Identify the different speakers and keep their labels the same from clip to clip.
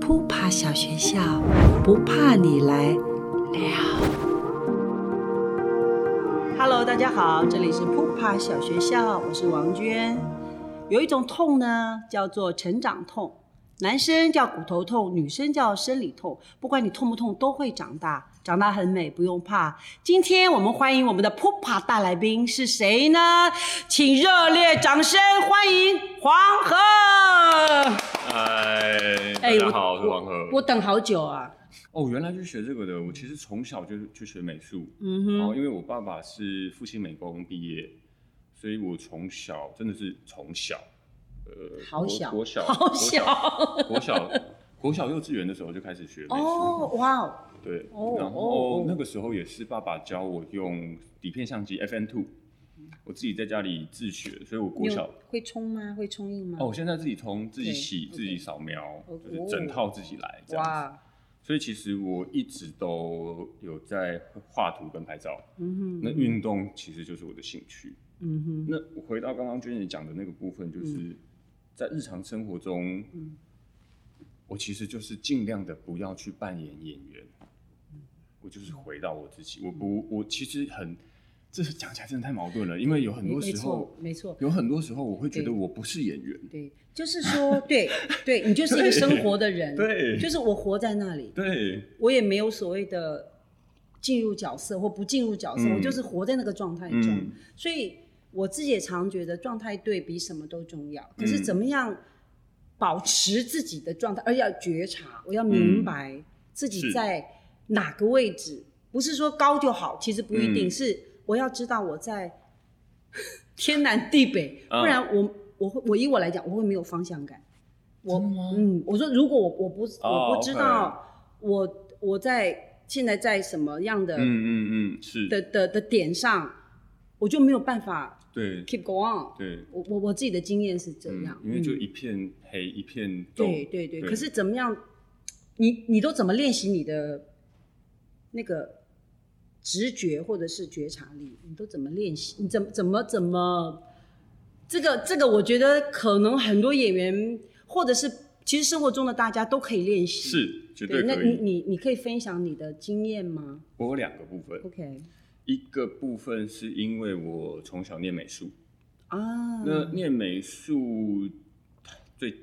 Speaker 1: 扑爬小学校，不怕你来聊。Hello，大家好，这里是扑爬小学校，我是王娟。有一种痛呢，叫做成长痛，男生叫骨头痛，女生叫生理痛。不管你痛不痛，都会长大，长大很美，不用怕。今天我们欢迎我们的扑爬大来宾是谁呢？请热烈掌声欢迎黄河。
Speaker 2: 嗨，大
Speaker 1: 哎
Speaker 2: 家
Speaker 1: 我
Speaker 2: 好，我是黄河。
Speaker 1: 我等好久啊，
Speaker 2: 哦，原来是学这个的。我其实从小就就学美术，
Speaker 1: 嗯
Speaker 2: 然
Speaker 1: 哼，
Speaker 2: 后因为我爸爸是复兴美工毕业，所以我从小真的是从小，呃，
Speaker 1: 好小，
Speaker 2: 国国小，
Speaker 1: 好小。
Speaker 2: 国小，国小，国小幼稚园的时候就开始学美术。
Speaker 1: 哦，哇哦，
Speaker 2: 对，
Speaker 1: 哦
Speaker 2: 然
Speaker 1: 哦哦
Speaker 2: 后那个时候也是爸爸教我用底片相机 FN Two，我自己在家里自学，所以我
Speaker 1: 你
Speaker 2: 国
Speaker 1: 有
Speaker 2: 小。
Speaker 1: 会冲吗？会冲印吗？
Speaker 2: 哦，我现在自己冲、自己洗、
Speaker 1: OK，
Speaker 2: 自己扫描，
Speaker 1: OK
Speaker 2: 就是整套自己来这样子。
Speaker 1: 哇，
Speaker 2: 所以其实我一直都有在画图跟拍照。
Speaker 1: 嗯
Speaker 2: 那
Speaker 1: 哼，
Speaker 2: 运动其实就是我的兴趣。
Speaker 1: 嗯哼，
Speaker 2: 那我回到刚刚娟姐讲的那个部分，就是在日常生活中，
Speaker 1: 嗯
Speaker 2: 我其实就是尽量的不要去扮演演员，
Speaker 1: 嗯
Speaker 2: 我就是回到我自己。我不，我其实很，这讲起来真的太矛盾了，因为有很多
Speaker 1: 没
Speaker 2: 时候，
Speaker 1: 错，没错，
Speaker 2: 有很多时候我会觉得
Speaker 1: 对
Speaker 2: 我不是演员。
Speaker 1: 对，就是说，对对，你就是一个生活的人，，
Speaker 2: 对
Speaker 1: 就是我活在那里，
Speaker 2: 对，
Speaker 1: 我也没有所谓的进入角色或不进入角色，
Speaker 2: 嗯
Speaker 1: 我就是活在那个状态中。
Speaker 2: 嗯
Speaker 1: 所以我自己也常觉得状态对比什么都重要。可是
Speaker 2: 嗯
Speaker 1: 怎么样保持自己的状态，而要觉察，我要明白自己
Speaker 2: 嗯是
Speaker 1: 在哪个位置，不是说高就好，其实不一定、
Speaker 2: 嗯
Speaker 1: 是我要知道我在 天南地北，
Speaker 2: 啊
Speaker 1: 不然我我会我以我来讲，我会没有方向感。我
Speaker 2: 真的吗
Speaker 1: 嗯，我说如果我我不
Speaker 2: 哦
Speaker 1: 我不知道我我在现在在什么样的、
Speaker 2: 嗯嗯嗯，是，
Speaker 1: 的的的点上，我就没有办法
Speaker 2: 对
Speaker 1: keep go on。
Speaker 2: 对，
Speaker 1: 我我我自己的经验是这
Speaker 2: 嗯
Speaker 1: 样，
Speaker 2: 因为就
Speaker 1: 嗯
Speaker 2: 一片黑一片洞。
Speaker 1: 对对对。
Speaker 2: 对
Speaker 1: 可是怎么样？你你都怎么练习你的那个直觉或者是觉察力？你都怎么练习？你怎么怎么怎么？这个这个，我觉得可能很多演员或者是其实生活中的大家都可以练习。
Speaker 2: 是绝
Speaker 1: 对，
Speaker 2: 对
Speaker 1: 那
Speaker 2: 可
Speaker 1: 你
Speaker 2: 以。
Speaker 1: 你你可以分享你的经验吗
Speaker 2: 我有两个部分，
Speaker 1: ？OK
Speaker 2: 一个部分是因为我从小念美术，
Speaker 1: 啊，
Speaker 2: 那念美术最，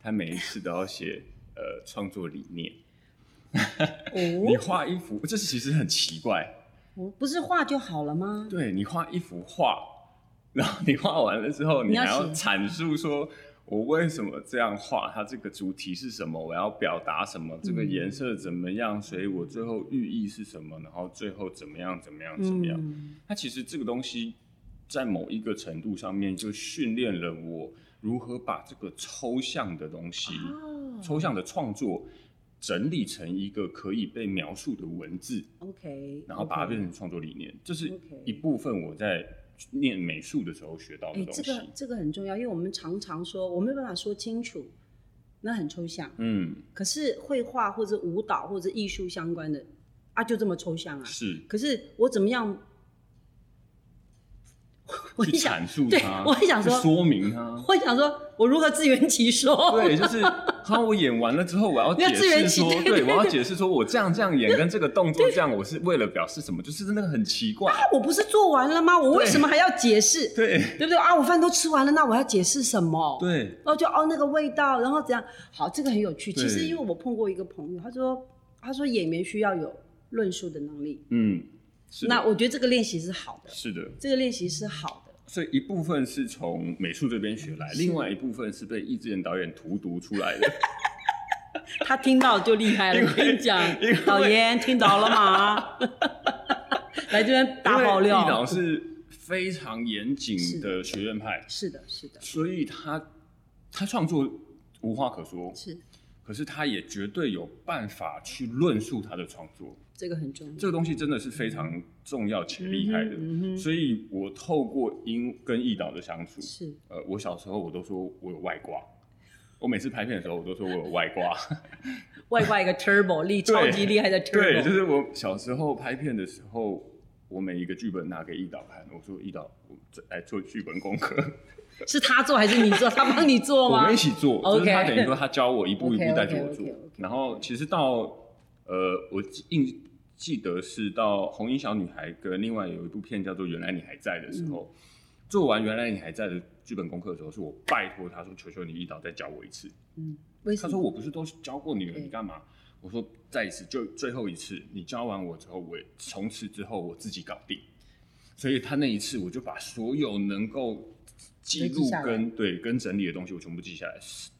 Speaker 2: 他每一次都要写呃创作理念。你
Speaker 1: 哦，
Speaker 2: 画一幅，这是其实很奇怪，
Speaker 1: 哦不是画就好了吗？
Speaker 2: 对你画一幅画，然后你画完了之后，
Speaker 1: 你
Speaker 2: 你
Speaker 1: 要
Speaker 2: 还要
Speaker 1: 写
Speaker 2: 阐述说。我为什么这样画？它这个主题是什么？我要表达什么？这个
Speaker 1: 嗯
Speaker 2: 颜色怎么样？所以我最后寓意是什么？然后最后怎么样？怎么样？怎么样？
Speaker 1: 嗯
Speaker 2: 它其实这个东西在某一个程度上面就训练了我如何把这个抽象的东西、
Speaker 1: 啊
Speaker 2: 抽象的创作整理成一个可以被描述的文字，
Speaker 1: ，OK，
Speaker 2: 然后把它变成创作理念。这是
Speaker 1: OK
Speaker 2: 一部分我在念美术的时候学到
Speaker 1: 哎
Speaker 2: 的，东
Speaker 1: 这
Speaker 2: 西。
Speaker 1: 个这个很重要，因为我们常常说我没有办法说清楚，那很抽象。
Speaker 2: 嗯，
Speaker 1: 可是绘画或者舞蹈或者艺术相关的啊，就这么抽象啊。
Speaker 2: 是
Speaker 1: 可是我怎么样？ 我
Speaker 2: 去
Speaker 1: 也想
Speaker 2: 阐述
Speaker 1: 对
Speaker 2: 它，
Speaker 1: 我也想
Speaker 2: 去
Speaker 1: 说
Speaker 2: 说明它。
Speaker 1: 我想说，我如何自圆其说？
Speaker 2: 对， 就是，好，我演完了之后，我要
Speaker 1: 你要
Speaker 2: 解
Speaker 1: 自圆
Speaker 2: 释
Speaker 1: 其
Speaker 2: 说，
Speaker 1: 对对
Speaker 2: 对，我要解释说，我这样这样演跟这个动作这样，我是为了表示什么？就是那个很奇怪，
Speaker 1: 我不是做完了吗？我为什么还要解释？
Speaker 2: 对
Speaker 1: 对不对啊？我饭都吃完了，那我要解释什么？
Speaker 2: 对，
Speaker 1: 然后就哦那个味道，然后怎样？好，这个很有趣。
Speaker 2: 对
Speaker 1: 其实因为我碰过一个朋友，他说他说演员需要有论述的能力。
Speaker 2: 嗯，是的
Speaker 1: 那我觉得这个练习是好的，
Speaker 2: 是的，
Speaker 1: 这个练习是好的。
Speaker 2: 所以一部分是从美术这边学来，
Speaker 1: 是
Speaker 2: 另外一部分是被易智言导演荼毒出来的。
Speaker 1: 他听到就厉害了，
Speaker 2: 因
Speaker 1: 我
Speaker 2: 为
Speaker 1: 跟你讲
Speaker 2: 因为，
Speaker 1: 导演听到了 吗？来这边大爆
Speaker 2: 因为易导
Speaker 1: 料。
Speaker 2: 是非常严谨的学院派，
Speaker 1: 是的，是的，
Speaker 2: 所以他他创作无话可说，
Speaker 1: 是
Speaker 2: 可是他也绝对有办法去论述他的创作。
Speaker 1: 这个很重要。
Speaker 2: 这个东西真的是非常重要且厉害的。
Speaker 1: 嗯嗯哼嗯哼
Speaker 2: 所以我透过英跟易导的相处，
Speaker 1: 是
Speaker 2: 呃，我小时候我都说我有外挂，我每次拍片的时候我都说我有外 挂，
Speaker 1: 外挂一个 turbo 力，超级厉害的哦 turbo。
Speaker 2: 对，就是我小时候拍片的时候，我每一个剧本拿给易导看，我说易导，我这来做剧本功课，
Speaker 1: 是他做还是你做？他帮你做
Speaker 2: 我
Speaker 1: 吗
Speaker 2: 们一？起做，
Speaker 1: OK
Speaker 2: 就是他等于说他教我一步一
Speaker 1: OK，OK，
Speaker 2: 步带着我做
Speaker 1: OK，OK，OK。
Speaker 2: 然后其实到呃，我记印记得是到《红衣小女孩》跟另外有一部片叫做《原来你还在》的时候，
Speaker 1: 嗯
Speaker 2: 做完《原来你还在》的剧本功课的时候，是我拜托他说：“求求你一导再教我一次。
Speaker 1: 为”
Speaker 2: 嗯他
Speaker 1: 什
Speaker 2: 说：“
Speaker 1: 么？
Speaker 2: 我不是都教过你了，
Speaker 1: 对
Speaker 2: 你干嘛？”我说：“再一次，就最后一次，你教完我之后，我从此之后我自己搞定。”所以他那一次，我就把所有能够记
Speaker 1: 都记
Speaker 2: 录
Speaker 1: 下来
Speaker 2: 跟对跟整理的东西，我全部记下来。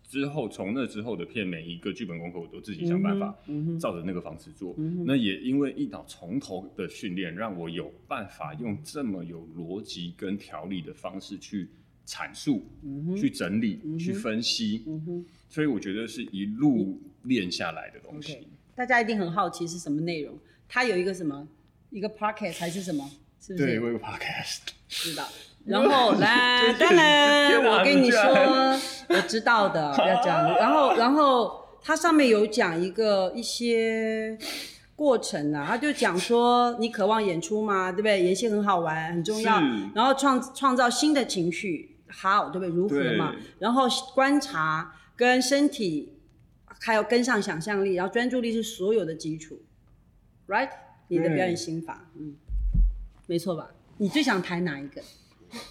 Speaker 2: 之后从那之后的片，每一个剧本功课我都自己想办法，
Speaker 1: 嗯哼嗯哼
Speaker 2: 照着那个方式做。
Speaker 1: 嗯哼
Speaker 2: 那也因为一导从头的训练，让我有办法用这么有逻辑跟条理的方式去阐述、
Speaker 1: 嗯哼
Speaker 2: 去整理、
Speaker 1: 嗯哼
Speaker 2: 去分析。
Speaker 1: 嗯哼，
Speaker 2: 所以我觉得是一路练下来的东西。
Speaker 1: OK 大家一定很好奇是什么内容。他有一个什么，一个 pocket 还是什么？是不
Speaker 2: 对，
Speaker 1: 是？
Speaker 2: 我有 podcast，
Speaker 1: 知道。然 后来，
Speaker 2: 这
Speaker 1: 当然，
Speaker 2: 天哪
Speaker 1: 我跟你
Speaker 2: 你居
Speaker 1: 说
Speaker 2: 然，
Speaker 1: 我知道的，不要这样。然 后，然后它上面有讲一个一些过程啊，他就讲说你渴望演出吗？对不对？演戏很好玩，很重要
Speaker 2: 是。
Speaker 1: 然后创创造新的情绪，好，对不对？如何嘛
Speaker 2: 对？
Speaker 1: 然后观察跟身体，还有跟上想象力，然后专注力是所有的基础，right？你的表演心法，嗯，没错吧？你最想谈哪一个？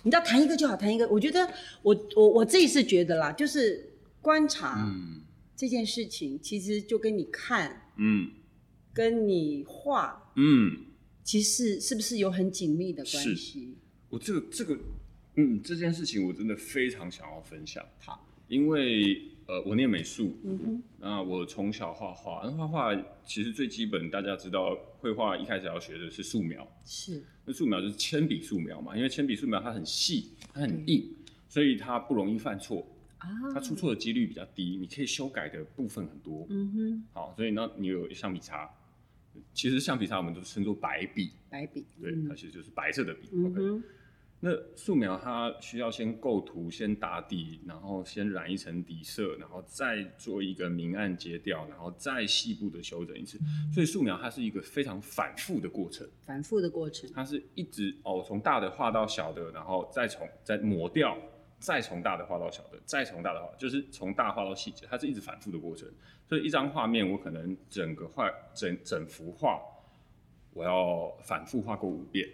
Speaker 1: 你只要谈一个就好，谈一个。我觉得我我我自己是觉得啦，就是观察
Speaker 2: 嗯
Speaker 1: 这件事情，其实就跟你看、
Speaker 2: 嗯
Speaker 1: 跟你画，
Speaker 2: 嗯，
Speaker 1: 其实是不是有很紧密的关系？
Speaker 2: 我这个这个嗯这件事情，我真的非常想要分享，
Speaker 1: 好，
Speaker 2: 因为呃，我念美术，
Speaker 1: 嗯哼，
Speaker 2: 那我从小画画，那画画其实最基本，大家知道绘画一开始要学的是素描，
Speaker 1: 是，
Speaker 2: 那素描就是铅笔素描嘛，因为铅笔素描它很细，它很硬，
Speaker 1: 嗯
Speaker 2: 所以它不容易犯错，
Speaker 1: 啊，
Speaker 2: 它出错的几率比较低，你可以修改的部分很多。
Speaker 1: 嗯哼，
Speaker 2: 好，所以那你有橡皮擦，其实橡皮擦我们都称作白笔，
Speaker 1: 白笔，
Speaker 2: 对，它其实就是白色的笔。
Speaker 1: 嗯
Speaker 2: OK，
Speaker 1: 哼，
Speaker 2: 那素描它需要先构图，先打底，然后先染一层底色，然后再做一个明暗截调，然后再细部的修整一次。所以素描它是一个非常反复的过程，
Speaker 1: 反复的过程，
Speaker 2: 它是一直哦从大的画到小的，然后再从再抹掉，再从大的画到小的，再从大的画，就是从大画到细节，它是一直反复的过程。所以一张画面，我可能整个画整整幅画，我要反复画过五遍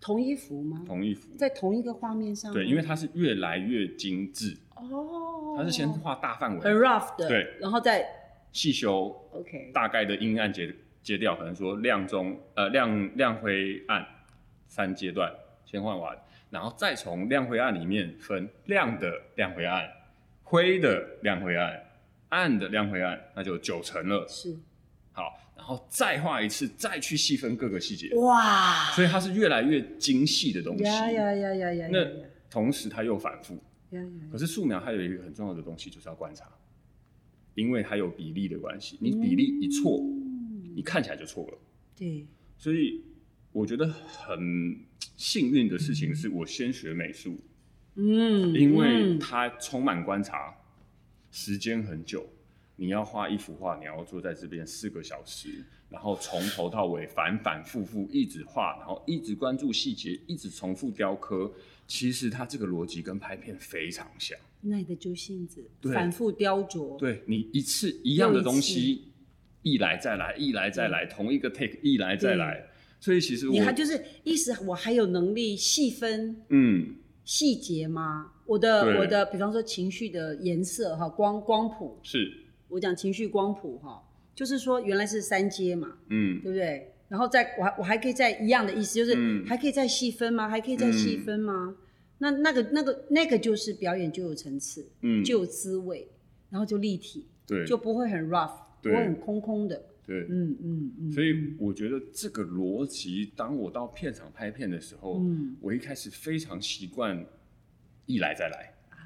Speaker 1: 同一幅吗？
Speaker 2: 同一幅。
Speaker 1: 在同一个画面上吗，
Speaker 2: 对，因为它是越来越精致，
Speaker 1: 哦，
Speaker 2: 它是先画大范
Speaker 1: 很
Speaker 2: 围，
Speaker 1: rough 的，
Speaker 2: 对，
Speaker 1: 然后再
Speaker 2: 细修
Speaker 1: OK，
Speaker 2: 大概的阴暗截截掉，可能说亮中呃亮亮灰暗三阶段先换完，然后再从亮灰暗里面分亮的亮灰暗、灰的亮灰暗、暗的亮灰暗，那就九层了。
Speaker 1: 是
Speaker 2: 好，然后再画一次，再去细分各个细节，
Speaker 1: 哇，
Speaker 2: 所以它是越来越精细的东西。
Speaker 1: 呀呀呀呀呀，
Speaker 2: 那
Speaker 1: 呀呀
Speaker 2: 同时它又反复，
Speaker 1: 呀呀，
Speaker 2: 可是素描还有一个很重要的东西，就是要观察，因为它有比例的关系，你比例一错，
Speaker 1: 嗯
Speaker 2: 你看起来就错了。
Speaker 1: 对，
Speaker 2: 所以我觉得很幸运的事情是我先学美术，
Speaker 1: 嗯，
Speaker 2: 因为
Speaker 1: 嗯
Speaker 2: 它充满观察，时间很久。你要画一幅画，你要坐在这边四个小时，然后从头到尾反反复复一直画，然后一直关注细节，一直重复雕刻。其实它这个逻辑跟拍片非常像。
Speaker 1: 耐得住性子，
Speaker 2: 对
Speaker 1: 反复雕琢，
Speaker 2: 对你一次一样的东西，一来再来，一来再来，同一个 take 一来再来，所以其实我
Speaker 1: 你还就是意思，我还有能力细分
Speaker 2: 嗯
Speaker 1: 细节吗？我的
Speaker 2: 对
Speaker 1: 我的，比方说情绪的颜色哈，光光谱，
Speaker 2: 是
Speaker 1: 我讲情绪光谱哈，就是说原来是三阶嘛，
Speaker 2: 嗯
Speaker 1: 对不对？然后再我还我还可以再一样的意思，就是
Speaker 2: 嗯
Speaker 1: 还可以再细分吗？还可以再细分吗？那那个那个那个就是表演就有层次，
Speaker 2: 嗯
Speaker 1: 就有滋味，然后就立体，
Speaker 2: 对
Speaker 1: 就不会很 rough，不
Speaker 2: 对
Speaker 1: 会很空空的。
Speaker 2: 对，
Speaker 1: 嗯嗯嗯。
Speaker 2: 所以我觉得这个逻辑，当我到片场拍片的时候，
Speaker 1: 嗯
Speaker 2: 我一开始非常习惯一来再来，
Speaker 1: 啊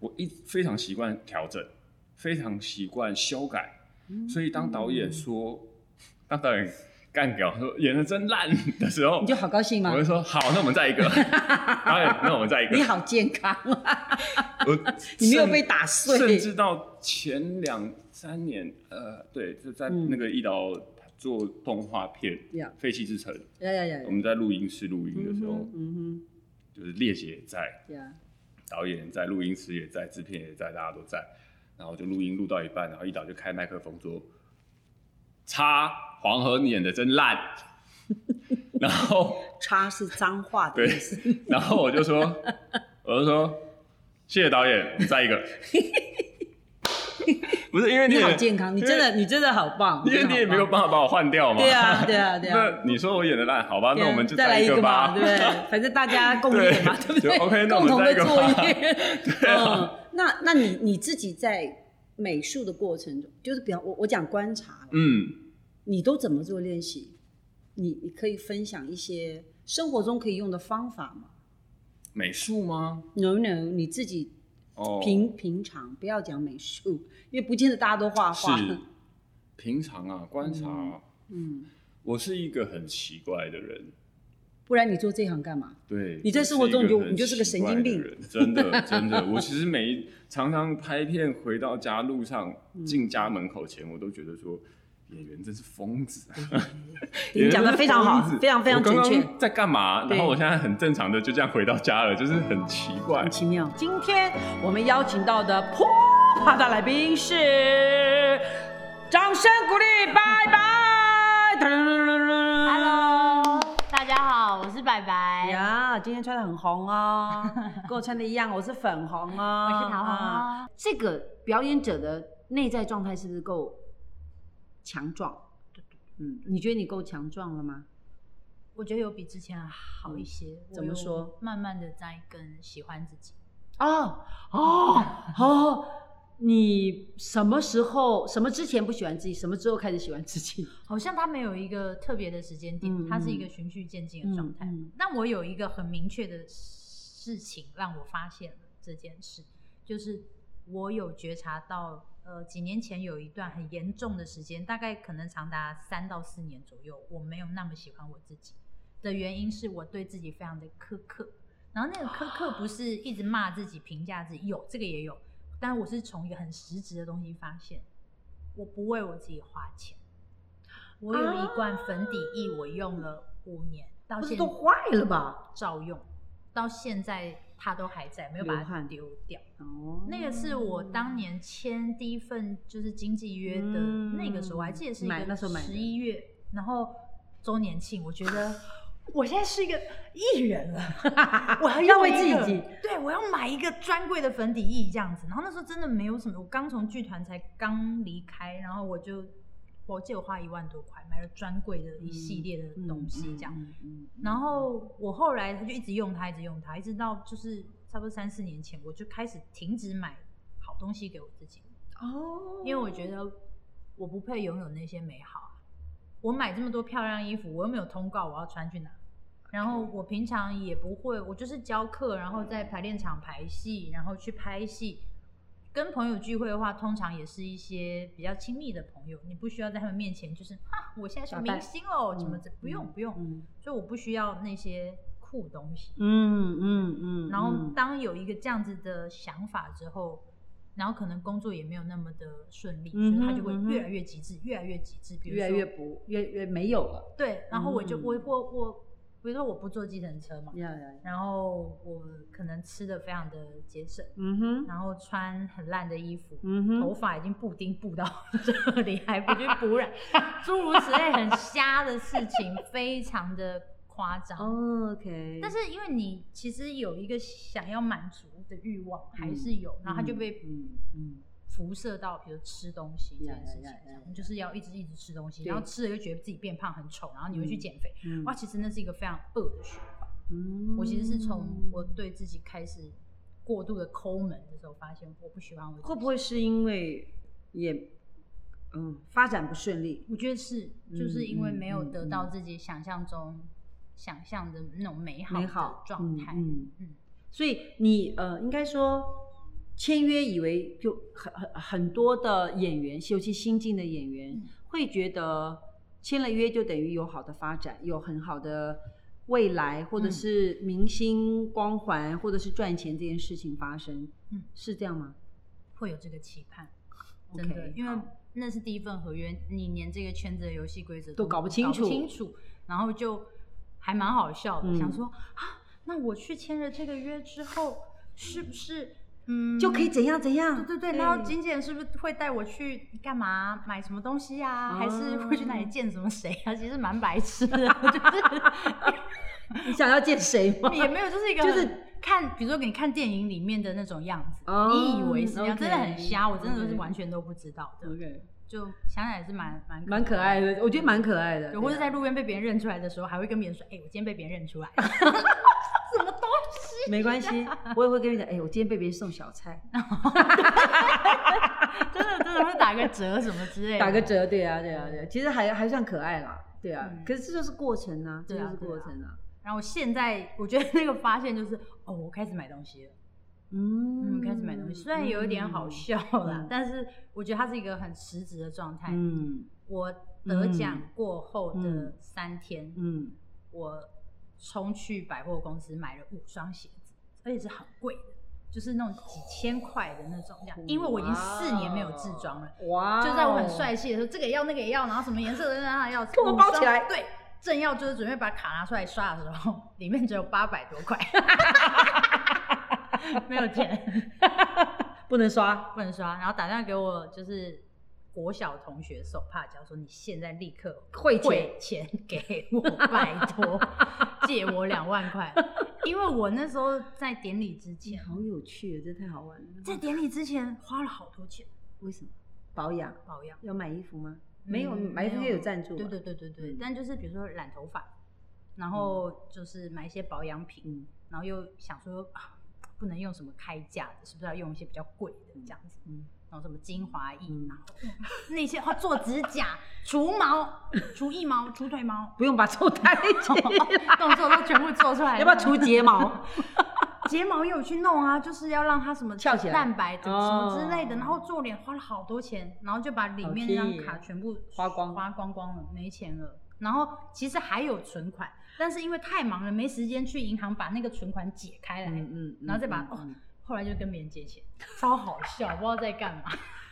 Speaker 2: 我一非常习惯调整，非常习惯修改，
Speaker 1: 嗯
Speaker 2: 所以当导演说，当导演干掉说演的真烂的时候
Speaker 1: 你，就好高兴吗
Speaker 2: 我？就说好，那我们再一个，导演，那我们再一个
Speaker 1: 你，好健康 啊！
Speaker 2: 我
Speaker 1: 你没有
Speaker 2: 呃甚
Speaker 1: 被打碎
Speaker 2: 甚至到前两三年，呃，对，就在那个医疗做动画片
Speaker 1: 嗯呀
Speaker 2: 《废弃之城》，
Speaker 1: 呀呀呀
Speaker 2: 我，们在录音室录音的时候，
Speaker 1: 嗯
Speaker 2: 就是烈姐也在，
Speaker 1: 哼，呀，
Speaker 2: 导演也在，录音师也在，制片也在，大家都在。然后就录音录到一半，然后一导就开麦克风说：“擦，黄河你演的真烂。” 然后
Speaker 1: 叉是脏话的
Speaker 2: 对
Speaker 1: 意思，，
Speaker 2: 然后我就说，我就说，谢谢导演，我们再 一个。不是因为你
Speaker 1: 你
Speaker 2: 也
Speaker 1: 好健康，你真，的你真的好棒，
Speaker 2: 因为因为你也没有
Speaker 1: 棒，
Speaker 2: 办法把我换掉嘛。
Speaker 1: 对啊对啊对啊，
Speaker 2: 那你说我演的烂，好吧，
Speaker 1: 对
Speaker 2: 那
Speaker 1: 啊
Speaker 2: 我们就
Speaker 1: 再来
Speaker 2: 一
Speaker 1: 一个
Speaker 2: 吧。
Speaker 1: 对不对？ 反正大家共业嘛，对不
Speaker 2: 对
Speaker 1: 对
Speaker 2: 就 OK，那 我
Speaker 1: 共同
Speaker 2: 们再
Speaker 1: 的
Speaker 2: 一个
Speaker 1: 作
Speaker 2: 吧
Speaker 1: 业，
Speaker 2: 对啊
Speaker 1: 嗯，那那你你自己在美术的过程中，就是比方我我讲观察了，
Speaker 2: 嗯，
Speaker 1: 你都怎么做练习？你你可以分享一些生活中可以用的方法吗
Speaker 2: 美术吗？
Speaker 1: ？No No，你自己
Speaker 2: 哦，
Speaker 1: 平、平常不要讲美术，因为不见得大家都画画。
Speaker 2: 是平常啊，观察啊、
Speaker 1: 嗯，
Speaker 2: 我是一个很奇怪的人。
Speaker 1: 不然你做这行干嘛？
Speaker 2: 对，
Speaker 1: 你在
Speaker 2: 我
Speaker 1: 生活
Speaker 2: 是一
Speaker 1: 中你就
Speaker 2: 很
Speaker 1: 你就是个
Speaker 2: 奇
Speaker 1: 神
Speaker 2: 怪
Speaker 1: 经
Speaker 2: 的
Speaker 1: 病
Speaker 2: 人，真的真的。我其实每一常常拍片回到家路 上，
Speaker 1: 嗯
Speaker 2: 进家门口前，我都觉得说演员真是疯子啊。演
Speaker 1: 你
Speaker 2: 员
Speaker 1: 讲的
Speaker 2: 真是
Speaker 1: 非常好
Speaker 2: 疯子，
Speaker 1: 非常非常
Speaker 2: 我刚
Speaker 1: 准确，
Speaker 2: 刚在干嘛？
Speaker 1: 对
Speaker 2: 然后我现在很正常的就这样回到家了，就是很奇怪
Speaker 1: 很。奇妙。今天我们邀请到的扑啪的来宾是，掌声鼓励，拜拜。
Speaker 3: Hello，大家好，我是白白，
Speaker 1: 哎呀，今天穿的很红 哦，跟我穿的一样，我是粉红哦，
Speaker 3: 我是桃
Speaker 1: 啊。
Speaker 3: 花。
Speaker 1: 这个表演者的内在状态是不是够强壮？嗯，你觉得你够强壮了吗？
Speaker 3: 我觉得有比之前好一些，
Speaker 1: 嗯
Speaker 3: 我
Speaker 1: 怎么
Speaker 3: 有
Speaker 1: 说？
Speaker 3: 慢慢的在更喜欢自己。
Speaker 1: 哦哦哦，你什么时候、什么之前不喜欢自己，什么之后开始喜欢自己？
Speaker 3: 好像它没有一个特别的时间点，
Speaker 1: 嗯
Speaker 3: 它是一个循序渐进的状态。
Speaker 1: 嗯嗯
Speaker 3: 但我有一个很明确的事情让我发现了这件事，就是我有觉察到，呃，几年前有一段很严重的时间，大概可能长达三到四年左右，我没有那么喜欢我自己的原因是我对自己非常的苛刻，然后那个苛刻不是一直骂自己、评价自己，有这个也有，但我是从一个很实质的东西发现，我不为我自己花钱。我有一罐粉底液，我用了五年，到
Speaker 1: 不是
Speaker 3: 现
Speaker 1: 都坏了吧？
Speaker 3: 照用，到现在它都还在，没有把
Speaker 1: 流
Speaker 3: 它
Speaker 1: 汗
Speaker 3: 丢掉。
Speaker 1: 哦
Speaker 3: 那个是我当年签第一份就是经纪约的
Speaker 1: 嗯
Speaker 3: 那个时候，我还记得是一
Speaker 1: 买那
Speaker 3: 个
Speaker 1: 时候买的
Speaker 3: 十一月，然后周年庆，我觉 得我现在是一个艺人 了，我要
Speaker 1: 要
Speaker 3: 用
Speaker 1: 为
Speaker 3: 一
Speaker 1: 自己
Speaker 3: 个
Speaker 1: 挤
Speaker 3: 对我要买一个专柜的粉底液这样子。然后那时候真的没有什么，我刚从剧团才刚离开，然后我就我记得我花一万多块买了专柜的一系列的东西这样。
Speaker 1: 嗯嗯嗯
Speaker 3: 然后我后来他就一直用它，一直用它，一直到就是差不多三四年前，我就开始停止买好东西给我自己，
Speaker 1: 哦
Speaker 3: 因为我觉得我不配拥有那些美好啊。我买这么多漂亮衣服，我又没有通告我要穿去哪，然后我平常也不会，我就是教课，然后在排练场排戏，然后去拍戏。跟朋友聚会的话，通常也是一些比较亲密的朋友，你不需要在他们面前就是哈，我现在是
Speaker 1: 打扮
Speaker 3: 明星哦，怎么
Speaker 1: 嗯
Speaker 3: 这不用
Speaker 1: 嗯
Speaker 3: 不用，
Speaker 1: 嗯
Speaker 3: 所以我不需要那些酷东西。
Speaker 1: 嗯嗯嗯，
Speaker 3: 然后
Speaker 1: 嗯
Speaker 3: 当有一个这样子的想法之后，然后可能工作也没有那么的顺利，
Speaker 1: 嗯哼
Speaker 3: 所以他就会
Speaker 1: 嗯哼
Speaker 3: 越来越极致，越来越极致。比如说
Speaker 1: 越来越不越越没有了，
Speaker 3: 对，然后我就
Speaker 1: 嗯
Speaker 3: 我我我，比如说我不坐计程车嘛，
Speaker 1: 呀呀，呀
Speaker 3: 然后我可能吃的非常的节省，
Speaker 1: 嗯哼，
Speaker 3: 然后穿很烂的衣服，
Speaker 1: 嗯哼，
Speaker 3: 头发已经布丁布到 这里，还不去补染， 诸如此类很瞎的事情，非常的夸张。
Speaker 1: 哦 OK，
Speaker 3: 但是因为你其实有一个想要满足的欲望，还
Speaker 1: 嗯
Speaker 3: 是有，然后它就被
Speaker 1: 嗯嗯
Speaker 3: 辐射到，比如吃东西这
Speaker 1: 呀
Speaker 3: 件事情
Speaker 1: 呀呀呀
Speaker 3: 上，你就是要一直一直吃东西，
Speaker 1: 对
Speaker 3: 然后吃了又觉得自己变胖很丑，然后你会去
Speaker 1: 嗯
Speaker 3: 减肥，
Speaker 1: 嗯
Speaker 3: 哇，其实那是一个非常恶的循环。
Speaker 1: 嗯
Speaker 3: 我其实是从我对自己开始过度的抠门的时候，发现我不喜欢我自
Speaker 1: 嗯
Speaker 3: 己
Speaker 1: 会不会是因为也嗯发展不顺利？
Speaker 3: 我觉得是，就是
Speaker 1: 嗯
Speaker 3: 因为
Speaker 1: 嗯
Speaker 3: 没有
Speaker 1: 嗯
Speaker 3: 得
Speaker 1: 嗯
Speaker 3: 到自己想象中、想象的那种美好
Speaker 1: 美
Speaker 3: 的
Speaker 1: 好
Speaker 3: 状态。
Speaker 1: 嗯嗯
Speaker 3: 嗯
Speaker 1: 所以你呃，应该说签约以为就很很很多的演员，尤其新进的演员、
Speaker 3: 嗯
Speaker 1: 会觉得签了约就等于有好的发展，有很好的未来，或者
Speaker 3: 嗯
Speaker 1: 是明星光环，或者是赚钱这件事情发生，
Speaker 3: 嗯，
Speaker 1: 是这样吗？
Speaker 3: 会有这个期盼。真的
Speaker 1: OK，
Speaker 3: 因为
Speaker 1: 好
Speaker 3: 那是第一份合约，你连这个圈子的游戏规则
Speaker 1: 都搞不清楚
Speaker 3: 清楚，然后就还蛮好笑的，
Speaker 1: 嗯
Speaker 3: 想说啊，那我去签了这个约之后，是不是嗯
Speaker 1: 就可以怎样怎样？
Speaker 3: 对对对，然后景姐是不是会带我去干嘛？买什么东西啊？还是会去哪
Speaker 1: 嗯
Speaker 3: 里见什么谁啊？其实蛮白痴的，就是
Speaker 1: 你想要见谁 吗？
Speaker 3: 也没有，就是一个
Speaker 1: 就是
Speaker 3: 很看，比如说给你看电影里面的那种样子，
Speaker 1: 哦
Speaker 3: 你以为是那样，
Speaker 1: OK，
Speaker 3: 真的很瞎，我真的是
Speaker 1: OK
Speaker 3: 完全都不知道的。
Speaker 1: OK，
Speaker 3: 就想想也是蛮蛮
Speaker 1: 蛮可爱的，我觉得蛮可爱的。
Speaker 3: 对，或
Speaker 1: 对
Speaker 3: 者
Speaker 1: 啊
Speaker 3: 在路边被别人认出来的时候，还会跟别人说：“哎、我今天被别人认出来。” 什么东
Speaker 1: 啊
Speaker 3: 西？
Speaker 1: 没关系，我也会跟你讲，哎，我今天被别人送小菜，
Speaker 3: 真的真的会打个折什么之类的，
Speaker 1: 打个。折，对啊，对啊，对啊，其实还还算可爱啦，对啊
Speaker 3: 嗯。
Speaker 1: 可是这就是过程啊，这
Speaker 3: 对
Speaker 1: 就
Speaker 3: 啊
Speaker 1: 是过程啊。
Speaker 3: 然后现在我觉得那个发现就是，哦，我开始买东西了，
Speaker 1: 嗯
Speaker 3: 嗯，开始买东西，虽然有一点好笑啦，
Speaker 1: 嗯
Speaker 3: 但是我觉得它是一个很实质的状态。
Speaker 1: 嗯
Speaker 3: 我得奖过后的
Speaker 1: 嗯
Speaker 3: 三天，
Speaker 1: 嗯，
Speaker 3: 我冲去百货公司买了五双鞋子，而且是很贵的，就是那种几千块的那种，这样，因为我已经四年没有自装了。
Speaker 1: 哇哦，
Speaker 3: 就在我很帅气的时候，这个也要那个也要，然后什么颜色的那要，
Speaker 1: 给我包起来
Speaker 3: 五双对，正要就是准备把卡拿出来刷的时候， 里面只有八百 多块，没有钱，
Speaker 1: 不能刷，
Speaker 3: 不能刷。然后打电话给我就是国小同学手帕，讲说你现在立刻
Speaker 1: 汇钱
Speaker 3: 汇钱给我，拜 托，借我两万块，因为我那时候在典礼之前，
Speaker 1: 好有趣，啊这太好玩了。
Speaker 3: 在典礼之前花了好多钱
Speaker 1: 为什么保养
Speaker 3: 保养。
Speaker 1: 要买衣服吗？没有，
Speaker 3: 嗯
Speaker 1: 买衣服
Speaker 3: 没
Speaker 1: 也有赞助。
Speaker 3: 对对，对对对，
Speaker 1: 嗯
Speaker 3: 但就是比如说染头发，然后就是买一些保养品，
Speaker 1: 嗯
Speaker 3: 然后又想说、啊、不能用什么开价的，是不是要用一些比较贵的这样子？
Speaker 1: 嗯，
Speaker 3: 然后什么精华液，
Speaker 1: 嗯，
Speaker 3: 然后那些哦做指甲、除毛、除腋毛、除腿毛
Speaker 1: 不用把手抬起 来，
Speaker 3: 动作都全部做出来了。
Speaker 1: 要不要除睫 毛？
Speaker 3: 睫毛也有去弄啊，就是要让它什么
Speaker 1: 翘起来
Speaker 3: 蛋白什么之类的，
Speaker 1: 哦
Speaker 3: 然后做脸花了好多钱，然后就把里面
Speaker 1: 好贴
Speaker 3: 那张
Speaker 1: 耶
Speaker 3: 卡全部
Speaker 1: 花光
Speaker 3: 花光光了，没钱了。然后其实还有存款，但是因为太忙了，没时间去银行把那个存款解开来，
Speaker 1: 嗯
Speaker 3: 然后再把、
Speaker 1: 嗯
Speaker 3: 哦，后来就跟别人借钱，超好笑，不知道在干嘛。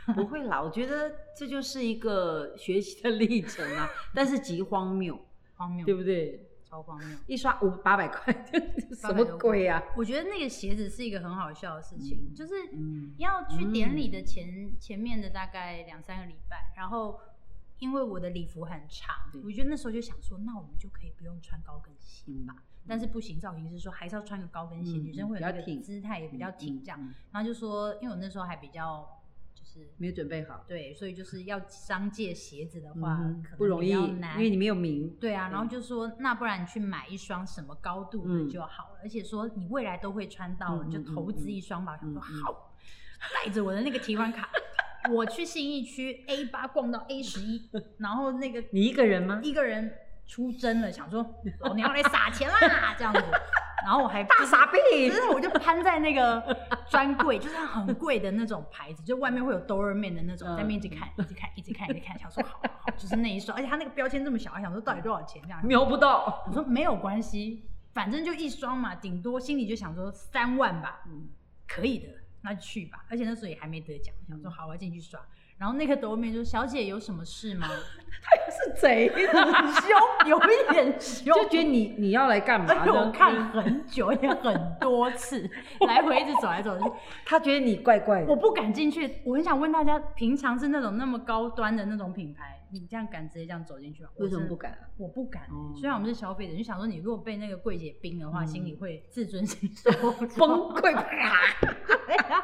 Speaker 1: 嗯不会啦，我觉得这就是一个学习的历程啊，但是极荒谬，
Speaker 3: 荒谬
Speaker 1: 对，不对？
Speaker 3: 超荒谬。
Speaker 1: 一刷五八百块， 什么鬼啊？
Speaker 3: 我觉得那个鞋子是一个很好笑的事情，
Speaker 1: 嗯
Speaker 3: 就是
Speaker 1: 嗯
Speaker 3: 要去典礼的前、前面的大概两三个礼拜，然后因为我的礼服很长
Speaker 1: 对，
Speaker 3: 我觉得那时候就想说，那我们就可以不用穿高跟鞋吧。
Speaker 1: 嗯
Speaker 3: 但是不行，造型师说还是要穿个高跟鞋，
Speaker 1: 嗯
Speaker 3: 女生会有那
Speaker 1: 比较
Speaker 3: 个
Speaker 1: 挺
Speaker 3: 姿态也比较挺这样。
Speaker 1: 嗯嗯
Speaker 3: 然后就说，因为我那时候还比较就是
Speaker 1: 没有准备好，
Speaker 3: 对，所以就是要商借鞋子的话，
Speaker 1: 嗯
Speaker 3: 可能
Speaker 1: 不容易，
Speaker 3: 比较
Speaker 1: 因
Speaker 3: 难，
Speaker 1: 为你没有名。
Speaker 3: 对啊，
Speaker 1: 对
Speaker 3: 然后就说那不然你去买一双什么高度
Speaker 1: 嗯
Speaker 3: 的就好了，而且说你未来都会穿到了，
Speaker 1: 嗯
Speaker 3: 你就
Speaker 1: 嗯
Speaker 3: 投资
Speaker 1: 嗯
Speaker 3: 一双吧。
Speaker 1: 嗯
Speaker 3: 我
Speaker 1: 嗯
Speaker 3: 想说好，带着我的那个提款卡，我去信义区 A 八逛到 A 十一，然后那个
Speaker 1: 你一个人吗？
Speaker 3: 一个人出征了，想说老娘来撒钱啦这样子，然后我还
Speaker 1: 大傻 逼！
Speaker 3: 真的，我就攀在那个专柜，就是很贵的那种牌子，就外面会有 Doorman 的那种，
Speaker 1: 嗯
Speaker 3: 在面一直看，一直看，一直看，一直看，想说好好好，就是那一双，而且它那个标签这么小，还想说到底多少钱这样。
Speaker 1: 瞄不到。
Speaker 3: 我说没有关系，反正就一双嘛，顶多心里就想说三万吧，
Speaker 1: 嗯
Speaker 3: 可以的，那就去吧。而且那时候也还没得奖，想说好，我要进去刷。然后那个 Doorman 说：“小姐有什么事 吗
Speaker 1: 是 贼，很凶，有一点凶，就觉得你你要来干？”
Speaker 3: 而
Speaker 1: 嘛
Speaker 3: 且
Speaker 1: 的？
Speaker 3: 哎我看很久，也很多次， 来回一直走来走去。
Speaker 1: 他觉得你怪怪的，
Speaker 3: 我不敢进去，我很想问大家，平常是那种那么高端的那种品牌，你这样敢直接这样走进去吗？
Speaker 1: 为什么
Speaker 3: 我真的
Speaker 1: 不？敢啊？
Speaker 3: 我不敢、
Speaker 1: 哦
Speaker 3: 虽然我们是消费者，就想说你如果被那个柜姐冰的话，
Speaker 1: 嗯
Speaker 3: 心里会自尊心受
Speaker 1: 崩溃
Speaker 3: 啊
Speaker 1: 啪！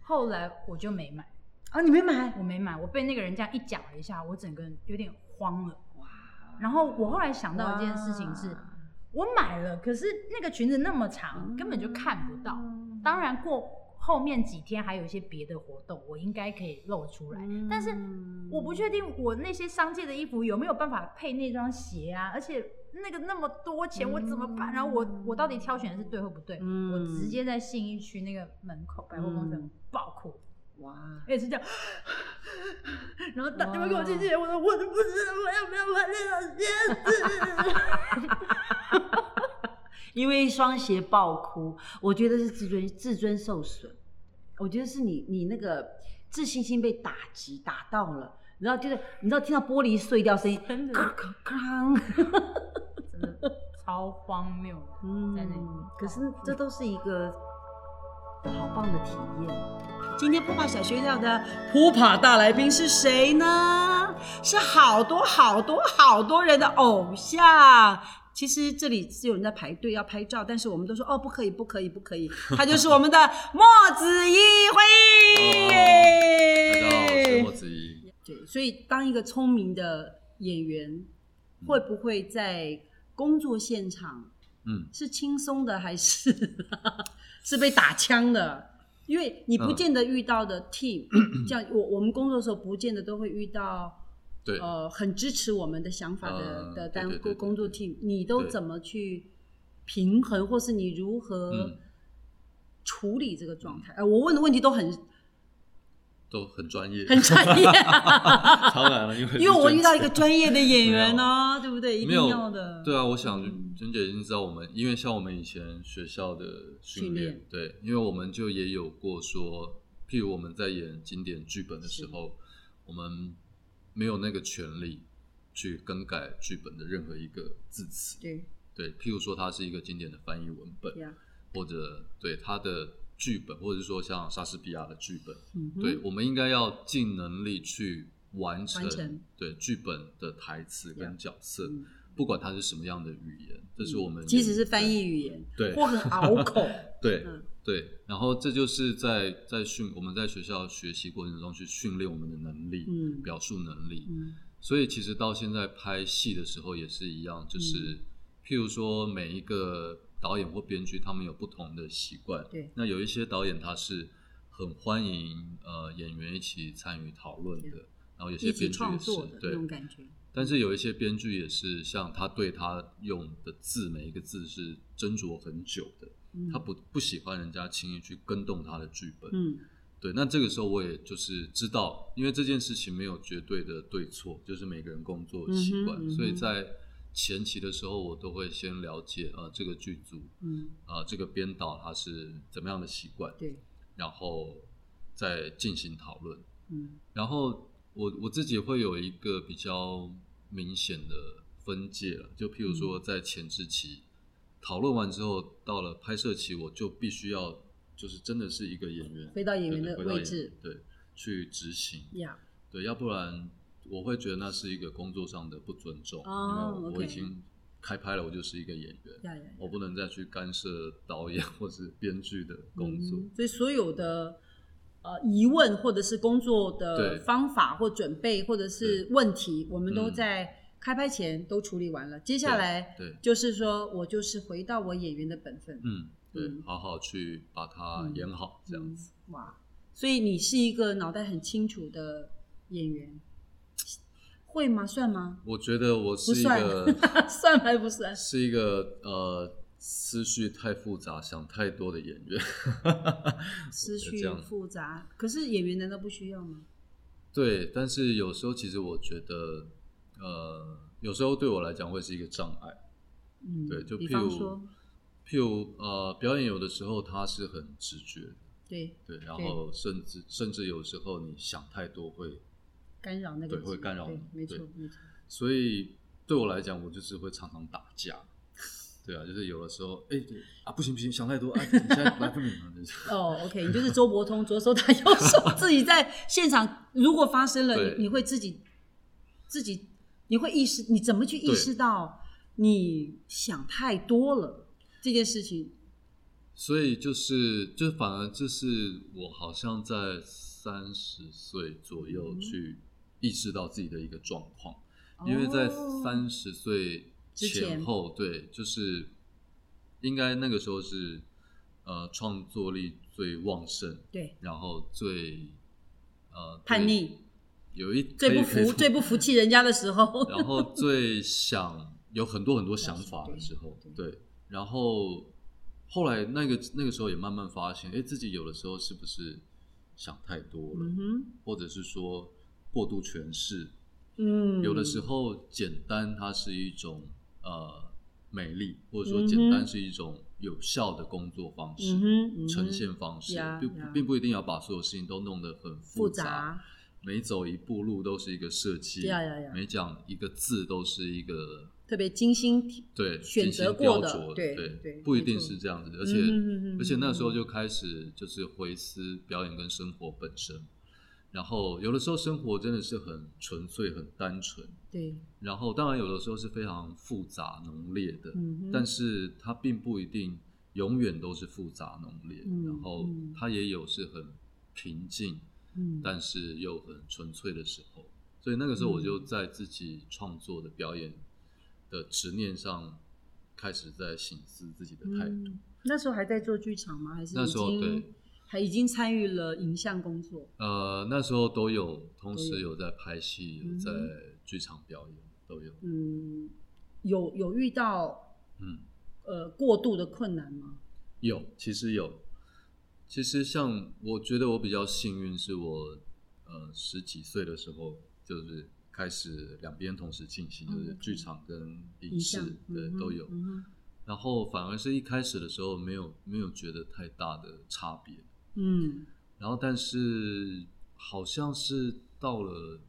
Speaker 3: 后来我就没买，
Speaker 1: 啊，你没买？
Speaker 3: 我没买，我被那个人这样一讲了一下，我整个人有点慌了。
Speaker 1: 哇！
Speaker 3: 然后我后来想到一件事情是
Speaker 1: 哇，嗯
Speaker 3: 我买了，可是那个裙子那么长，根本就看不到。当然过后面几天还有一些别的活动，我应该可以露出来，
Speaker 1: 嗯
Speaker 3: 但是我不确定我那些商界的衣服有没有办法配那双鞋啊，而且那个那么多钱我怎么办？
Speaker 1: 嗯
Speaker 3: 然后我我到底挑选的是对或不对？
Speaker 1: 嗯
Speaker 3: 我直接在信义区那个门口百货公司门口爆哭，
Speaker 1: 哇，
Speaker 3: 也是这样。 然后打电话给我经纪人，我说我都不知道我要不要买那双鞋子。
Speaker 1: 因为一双鞋爆哭，我觉得是自尊自尊受损，我觉得是你你那个
Speaker 4: 自信心被打击打到了，然后就是你知道听到玻璃碎掉声音，
Speaker 3: 真
Speaker 4: 咔
Speaker 3: 的
Speaker 4: 咔咔，
Speaker 3: 真的超荒谬的。
Speaker 4: 嗯
Speaker 3: 在那里
Speaker 4: 可是这都是一个好棒的体验。
Speaker 1: 今天普法小学校的普法大来宾是谁呢？是好多好多好多人的偶像。其实这里是有人在排队要拍照，但是我们都说哦，不可以，不可以，不可以。他就是我们的莫子怡，
Speaker 5: 哦大家好，我
Speaker 1: 欢
Speaker 5: 是
Speaker 1: 迎
Speaker 5: 莫。子怡。
Speaker 1: 对，所以当一个聪明的演员，会不会在工作现场
Speaker 5: 嗯，
Speaker 1: 是轻松的还是 是被打枪的？因为你
Speaker 5: 嗯
Speaker 1: 不见得遇到的 team，、像 我我们工作的时候，不见得都会遇到
Speaker 5: 对，
Speaker 1: 呃很支持我们的想法的、
Speaker 5: 嗯
Speaker 1: 的
Speaker 5: 对
Speaker 1: 单
Speaker 5: 对
Speaker 1: 工
Speaker 5: 对
Speaker 1: 工作
Speaker 5: 对
Speaker 1: team，你都
Speaker 5: 对
Speaker 1: 怎么去平衡，或是你如何
Speaker 5: 嗯
Speaker 1: 处理这个状态？呃，我问的问题都很
Speaker 5: 都很专业，
Speaker 1: 很专业
Speaker 5: 当然了，因
Speaker 1: 因
Speaker 5: 为
Speaker 1: 为我遇到一个
Speaker 5: 是
Speaker 1: 专业 的演员呢，对不对？一
Speaker 5: 没
Speaker 1: 定
Speaker 5: 有
Speaker 1: 要的。
Speaker 5: 对啊，我想
Speaker 1: 嗯
Speaker 5: 娟姐已经知道我们，因为像我们以前学校的
Speaker 1: 训
Speaker 5: 训
Speaker 1: 练
Speaker 5: 练，对，因为我们就也有过说，譬如我们在演经典剧本的时候，我们没有那个权利去更改剧本的任何一个字词，
Speaker 1: 对
Speaker 5: 对，譬如说它是一个经典的翻译文本，
Speaker 1: 呀，
Speaker 5: 或者对它的剧本，或者是说像莎士比亚的剧本，
Speaker 1: 嗯哼
Speaker 5: 对，我们应该要尽能力去完成
Speaker 1: 完成
Speaker 5: 对剧本的台词跟角色，
Speaker 1: 嗯
Speaker 5: 不管它是什么样的语言，这是我们
Speaker 1: 即使是翻译语言，
Speaker 5: 对
Speaker 1: 或 很拗口，
Speaker 5: 对、
Speaker 1: 嗯
Speaker 5: 对，然后这就是在在训我们在学校学习过程中去训练我们的能力，
Speaker 1: 嗯
Speaker 5: 表述能力。
Speaker 1: 嗯
Speaker 5: 所以其实到现在拍戏的时候也是一样，就是、
Speaker 1: 嗯
Speaker 5: 譬如说每一个导演或编剧他们有不同的习惯，
Speaker 1: 对
Speaker 5: 那有一些导演他是很欢迎呃演员一起参与讨论的，然后有
Speaker 1: 一
Speaker 5: 些
Speaker 1: 起
Speaker 5: 编剧
Speaker 1: 创
Speaker 5: 也是
Speaker 1: 作的那
Speaker 5: 对
Speaker 1: 种，感觉，
Speaker 5: 但是有一些编剧也是像他对他用的字每一个字是斟酌很久的，
Speaker 1: 嗯
Speaker 5: 他不不喜欢人家轻易去跟动他的剧本，
Speaker 1: 嗯
Speaker 5: 对，那这个时候我也就是知道，因为这件事情没有绝对的对错，就是每个人工作习惯，
Speaker 1: 嗯哼嗯哼
Speaker 5: 所以在前期的时候，我都会先了解呃这个剧组
Speaker 1: 嗯
Speaker 5: 啊、呃这个编导他是怎么样的习惯，
Speaker 1: 对
Speaker 5: 然后再进行讨论。
Speaker 1: 嗯
Speaker 5: 然后我我自己会有一个比较明显的分界了，就譬如
Speaker 1: 嗯
Speaker 5: 说在前置期、讨论完之后，到了拍摄期，我就必须要就是真的是一个演员
Speaker 1: 回到演员
Speaker 5: 对
Speaker 1: 的
Speaker 5: 回到
Speaker 1: 位
Speaker 5: 演
Speaker 1: 置
Speaker 5: 对，去执行，
Speaker 1: 呀，
Speaker 5: 对，要不然我会觉得那是一个工作上的不尊重，
Speaker 1: 哦
Speaker 5: 因为
Speaker 1: OK
Speaker 5: 我我已经开拍了，我就是一个演员，
Speaker 1: 呀呀呀
Speaker 5: 我不能再去干涉导演或是编剧的工作。
Speaker 1: 嗯所以所有的。呃，疑问或者是工作的
Speaker 5: 对
Speaker 1: 方法或准备或者是问题，我们都
Speaker 5: 嗯
Speaker 1: 在开拍前都处理完了。接下来
Speaker 5: 对对
Speaker 1: 就是说我就是回到我演员的本分，
Speaker 5: 嗯，对
Speaker 1: 嗯，
Speaker 5: 好好去把它
Speaker 1: 嗯
Speaker 5: 演好，这样子。
Speaker 1: 嗯哇，所以你是一个脑袋很清楚的演员，会吗？算吗？
Speaker 5: 我觉得我
Speaker 1: 不
Speaker 5: 是一
Speaker 1: 算
Speaker 5: 个，
Speaker 1: 算还不算？
Speaker 5: 是一个呃思绪太复杂、想太多的演员。
Speaker 1: 思绪
Speaker 5: 这样
Speaker 1: 复杂，可是演员难道不需要吗？
Speaker 5: 对，但是有时候其实我觉得，呃，有时候对我来讲会是一个障碍。
Speaker 1: 嗯，
Speaker 5: 对，就
Speaker 1: 比
Speaker 5: 譬
Speaker 1: 方
Speaker 5: 如
Speaker 1: 说，
Speaker 5: 譬如呃，表演有的时候它是很直觉的，
Speaker 1: 对，
Speaker 5: 对，然后甚至甚至有时候你想太多会，
Speaker 1: 干扰那个
Speaker 5: 对会干扰
Speaker 1: 对
Speaker 5: 你
Speaker 1: 没错
Speaker 5: 对
Speaker 1: 没错，
Speaker 5: 所以对我来讲，我就是会常常打架。对啊，就是有的时候，哎、对啊，不行不行，想太多，啊，你现在来不了，就 是
Speaker 1: 哦，OK，你就是周伯通，左手打右手， 自己在现场如果发生了，
Speaker 5: 对
Speaker 1: 你你会自己自己，你会意识，你怎么去意
Speaker 5: 对
Speaker 1: 识到你想太多了这件事情？
Speaker 5: 所以就是，就反而就是我好像在三十岁左右
Speaker 1: 嗯
Speaker 5: 去意识到自己的一个状况，因为在
Speaker 1: 哦
Speaker 5: 三十岁
Speaker 1: 之前
Speaker 5: 前后，对，就是应该那个时候是呃创作力最旺盛，
Speaker 1: 对
Speaker 5: 然后最呃
Speaker 1: 叛，逆，
Speaker 5: 对有一
Speaker 1: 最不
Speaker 5: 可以可以
Speaker 1: 服、最不服气人家的时候，
Speaker 5: 然后最想有很多很多想法的时候，对，然后后来那个那个时候也慢慢发现，哎，自己有的时候是不是想太多了，
Speaker 1: 嗯哼，
Speaker 5: 或者是说过度诠释，
Speaker 1: 嗯，
Speaker 5: 有的时候简单它是一种呃美丽，或者说
Speaker 1: 嗯哼
Speaker 5: 简单是一种有效的工作方式、
Speaker 1: 嗯哼，嗯哼
Speaker 5: 呈现方式，
Speaker 1: 呀
Speaker 5: 并
Speaker 1: 呀
Speaker 5: 并不一定要把所有事情都弄得很
Speaker 1: 复
Speaker 5: 复
Speaker 1: 杂，
Speaker 5: 每走一步路都是一个设计，
Speaker 1: 呀呀呀
Speaker 5: 每讲一个字都是一个
Speaker 1: 特别精心提
Speaker 5: 对
Speaker 1: 选择
Speaker 5: 精心
Speaker 1: 过
Speaker 5: 雕
Speaker 1: 的
Speaker 5: 琢
Speaker 1: 对
Speaker 5: 对
Speaker 1: 对
Speaker 5: 不一
Speaker 1: 没
Speaker 5: 定
Speaker 1: 错
Speaker 5: 是这样子，而
Speaker 1: 嗯
Speaker 5: 且、
Speaker 1: 嗯嗯
Speaker 5: 而且那时候
Speaker 1: 嗯
Speaker 5: 就开始就是回思表演跟生活本身，然后有的时候生活真的是很纯粹、很单纯，
Speaker 1: 对，
Speaker 5: 然后当然有的时候是非常复杂浓烈的，
Speaker 1: 嗯哼，
Speaker 5: 但是它并不一定永远都是复杂浓烈，
Speaker 1: 嗯
Speaker 5: 然后
Speaker 1: 嗯
Speaker 5: 它也有是很平静，
Speaker 1: 嗯
Speaker 5: 但是又很纯粹的时候，所以那个时候我
Speaker 1: 嗯
Speaker 5: 就在自己创作的表演的执念上开始在醒思自己的态度。
Speaker 1: 嗯那时候还在做剧场吗？还是
Speaker 5: 那
Speaker 1: 已
Speaker 5: 时候
Speaker 1: 经
Speaker 5: 对
Speaker 1: 还已经参与了影像工作？
Speaker 5: 呃，那时候都有，同
Speaker 1: 都
Speaker 5: 时
Speaker 1: 有
Speaker 5: 有在拍戏，有
Speaker 1: 嗯
Speaker 5: 在剧场表演，都有。
Speaker 1: 嗯，有有遇到
Speaker 5: 嗯，
Speaker 1: 呃过度的困难吗？
Speaker 5: 有，其实有。其实像我觉得我比较幸运，是我呃十几岁的时候，就是开始两边同时进行，就是
Speaker 1: OK
Speaker 5: 剧场跟影
Speaker 1: 嗯影
Speaker 5: 视
Speaker 1: 像
Speaker 5: 对
Speaker 1: 嗯哼
Speaker 5: 都有。
Speaker 1: 嗯哼
Speaker 5: 然后反而是一开始的时候没有没有觉得太大的差别，
Speaker 1: 嗯
Speaker 5: 然后但是好像是到了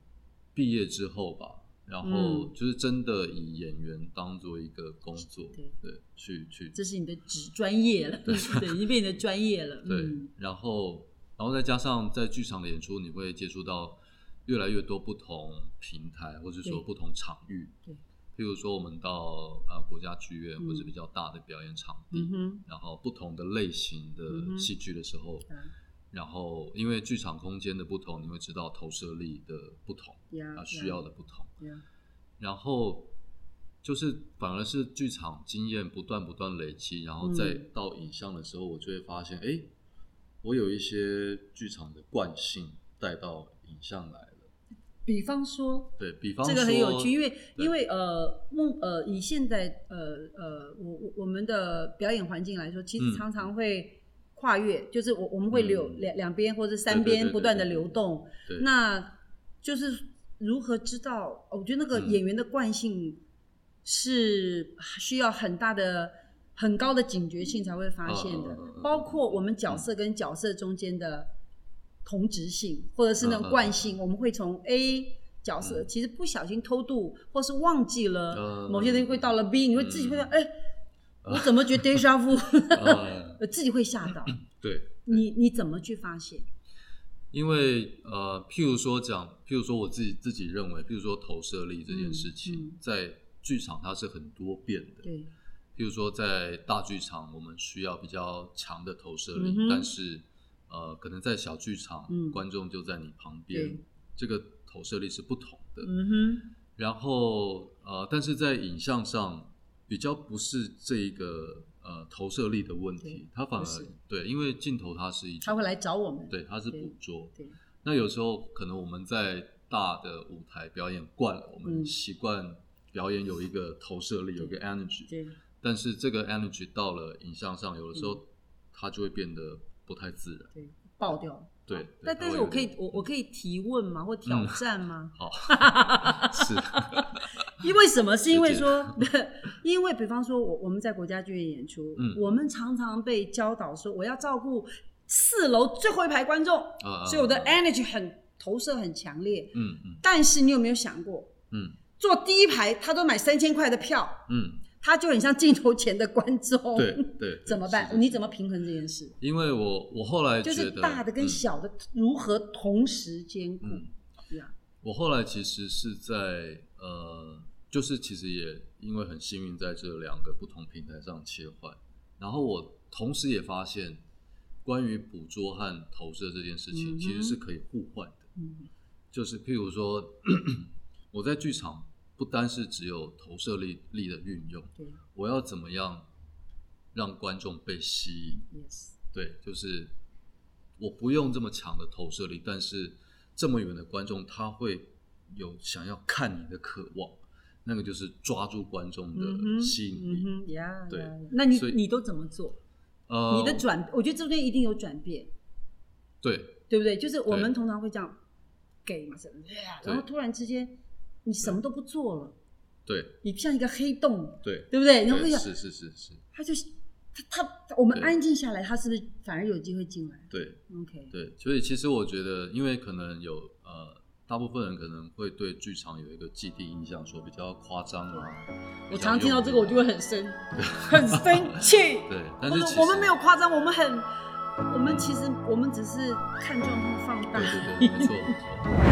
Speaker 5: 毕业之后吧，然后
Speaker 1: 嗯
Speaker 5: 就是真的以演员当做一个工作，
Speaker 1: 对
Speaker 5: 去去
Speaker 1: 这是你的职专业了， 对，已经变你的专业了。
Speaker 5: 对，
Speaker 1: 嗯
Speaker 5: 然后然后再加上在剧场的演出，你会接触到越来越多不同平台，或者说
Speaker 1: 对
Speaker 5: 不同场域，
Speaker 1: 对
Speaker 5: 譬如说我们到啊、呃国家剧院
Speaker 1: 嗯
Speaker 5: 或者比较大的表演场地，
Speaker 1: 嗯哼，
Speaker 5: 然后不同的类型
Speaker 1: 嗯
Speaker 5: 的
Speaker 1: 哼
Speaker 5: 戏剧的时候，
Speaker 1: 嗯
Speaker 5: 然后因为剧场空间的不同，你会知道投射力的不同，
Speaker 1: 呀
Speaker 5: 它
Speaker 1: 呀
Speaker 5: 啊需要的不同，
Speaker 1: 呀
Speaker 5: 然后就是反而是剧场经验不断不断累积，然后再
Speaker 1: 嗯
Speaker 5: 到影像的时候，我就会发现，哎、我有一些剧场的惯性带到影像来了。
Speaker 1: 比方说，
Speaker 5: 对比方说，
Speaker 1: 这个很有趣，因为
Speaker 5: 对
Speaker 1: 因为呃，目呃以现在呃呃我我我们的表演环境来说，其
Speaker 5: 嗯
Speaker 1: 实常常会跨越，就是我我们会流
Speaker 5: 嗯
Speaker 1: 两两边或者
Speaker 5: 对
Speaker 1: 三
Speaker 5: 对
Speaker 1: 边
Speaker 5: 对
Speaker 1: 不
Speaker 5: 对
Speaker 1: 断的
Speaker 5: 对
Speaker 1: 流动，
Speaker 5: 对
Speaker 1: 那就是如何知道？哦我觉得那个
Speaker 5: 嗯
Speaker 1: 演员的惯性是需要很大的、很高的警觉性才会发现
Speaker 5: 嗯嗯
Speaker 1: 的
Speaker 5: 嗯嗯嗯，
Speaker 1: 包括我们角色跟角色中间的同质性，或者是那
Speaker 5: 嗯嗯
Speaker 1: 种
Speaker 5: 嗯
Speaker 1: 惯性，我们会从 A。角色
Speaker 5: 嗯
Speaker 1: 其实不小心偷渡，或是忘记了
Speaker 5: 嗯
Speaker 1: 某些东西，会到了 B，你会自己会说：“
Speaker 5: 嗯
Speaker 1: 哎，我怎么觉 得 deja vu？”
Speaker 5: 嗯
Speaker 1: 呃 自己会吓到。
Speaker 5: 对，
Speaker 1: 你你怎么去发现？
Speaker 5: 因为呃，譬如说讲，譬如说我自己自己认为，譬如说投射力这件事情，
Speaker 1: 嗯嗯
Speaker 5: 在剧场它是很多变的，
Speaker 1: 对，
Speaker 5: 譬如说，在大剧场，我们需要比较强的投射力，
Speaker 1: 嗯哼
Speaker 5: 但是呃，可能在小剧场，
Speaker 1: 嗯
Speaker 5: 观众就在你旁边
Speaker 1: 对，
Speaker 5: 这个投射力是不同的。
Speaker 1: 嗯哼，
Speaker 5: 然后呃，但是在影像上比较不是这一个呃投射力的问题
Speaker 1: 对，
Speaker 5: 它反
Speaker 1: 不
Speaker 5: 而
Speaker 1: 是
Speaker 5: 对，因为镜头它是一种，
Speaker 1: 他会来找我们。
Speaker 5: 对，它是
Speaker 1: 对
Speaker 5: 捕捉。
Speaker 1: 对，
Speaker 5: 那有时候可能我们在大的舞台表演惯了，我们
Speaker 1: 嗯
Speaker 5: 习惯表演有一个投射力，有一个 energy。
Speaker 1: 对，
Speaker 5: 但是这个 energy 到了影像上，有的时候、
Speaker 1: 嗯
Speaker 5: 它就会变得不太自然。
Speaker 1: 爆掉。
Speaker 5: 对，对
Speaker 1: 哦但
Speaker 5: 它
Speaker 1: 但
Speaker 5: 会
Speaker 1: 是
Speaker 5: 有
Speaker 1: 我可以
Speaker 5: 点嗯
Speaker 1: 我我可以提问吗？或挑战吗？
Speaker 5: 好 是，
Speaker 1: 因为什么？是因为
Speaker 5: 直接
Speaker 1: 说， 因为比方说我我们在国家剧院演出，
Speaker 5: 嗯
Speaker 1: 我们常常被教导说我要照顾四楼最后一排观众，
Speaker 5: 啊
Speaker 1: 所以我的
Speaker 5: 啊啊
Speaker 1: energy 很投射很强烈。
Speaker 5: 嗯嗯
Speaker 1: 但是你有没有想过，
Speaker 5: 嗯
Speaker 1: 坐第一排他都买三千块的票，
Speaker 5: 嗯，
Speaker 1: 他就很像镜头前的观众，
Speaker 5: 对，对，对
Speaker 1: 哦 怎么
Speaker 5: 是是
Speaker 1: 办？你
Speaker 5: 是
Speaker 1: 怎么平衡这件事？
Speaker 5: 因为我我后来
Speaker 1: 就
Speaker 5: 觉
Speaker 1: 是
Speaker 5: 得
Speaker 1: 大的跟
Speaker 5: 嗯
Speaker 1: 小的如何同时兼顾？
Speaker 5: 嗯
Speaker 1: 呀
Speaker 5: 我后来其实是在呃，就是其实也因为很幸运，在这两个不同平台上切换，然后我同时也发现，关于捕捉和投射这件事情，
Speaker 1: 嗯哼
Speaker 5: 其实是可以互换的。
Speaker 1: 嗯，
Speaker 5: 就是譬如说，我在剧场不单是只有投射力力的运用，
Speaker 1: 对
Speaker 5: 我要怎么样让观众被吸引？
Speaker 1: ，yes，
Speaker 5: 对，就是我不用这么强的投射力，但是这么远的观众他会有想要看你的渴望，那个就是抓住观众
Speaker 1: 嗯哼
Speaker 5: 的吸引力。
Speaker 1: 嗯哼呀，
Speaker 5: 对
Speaker 1: 呀呀那你
Speaker 5: 所以
Speaker 1: 你都怎么做？
Speaker 5: 呃，
Speaker 1: 你的转，我觉得中间一定有转变，
Speaker 5: 对
Speaker 1: 对不对？就是我们
Speaker 5: 对
Speaker 1: 通常会这样给嘛，什么呀然后突然之间你什么都不做了，
Speaker 5: 对
Speaker 1: 你像一个黑洞，
Speaker 5: 对
Speaker 1: 对不对？然后
Speaker 5: 对，
Speaker 1: 会想，
Speaker 5: 是是是是，
Speaker 1: 他就他他我们
Speaker 5: 对
Speaker 1: 安静下来，他是不是反而有机会进来
Speaker 5: 对
Speaker 1: ？OK，
Speaker 5: 对，所以其实我觉得，因为可能有呃，大部分人可能会对剧场有一个既定印象，说比较夸张啊。
Speaker 1: 我
Speaker 5: 比较
Speaker 1: 常听到
Speaker 5: 用
Speaker 1: 这个，我
Speaker 5: 力
Speaker 1: 就会很生很生 气。
Speaker 5: 对，但
Speaker 1: 我
Speaker 5: 是
Speaker 1: 们
Speaker 5: 其
Speaker 1: 我
Speaker 5: 实
Speaker 1: 们没有夸张，我们很我们其实我们只是看状况放大
Speaker 5: 对。对对，没错没错。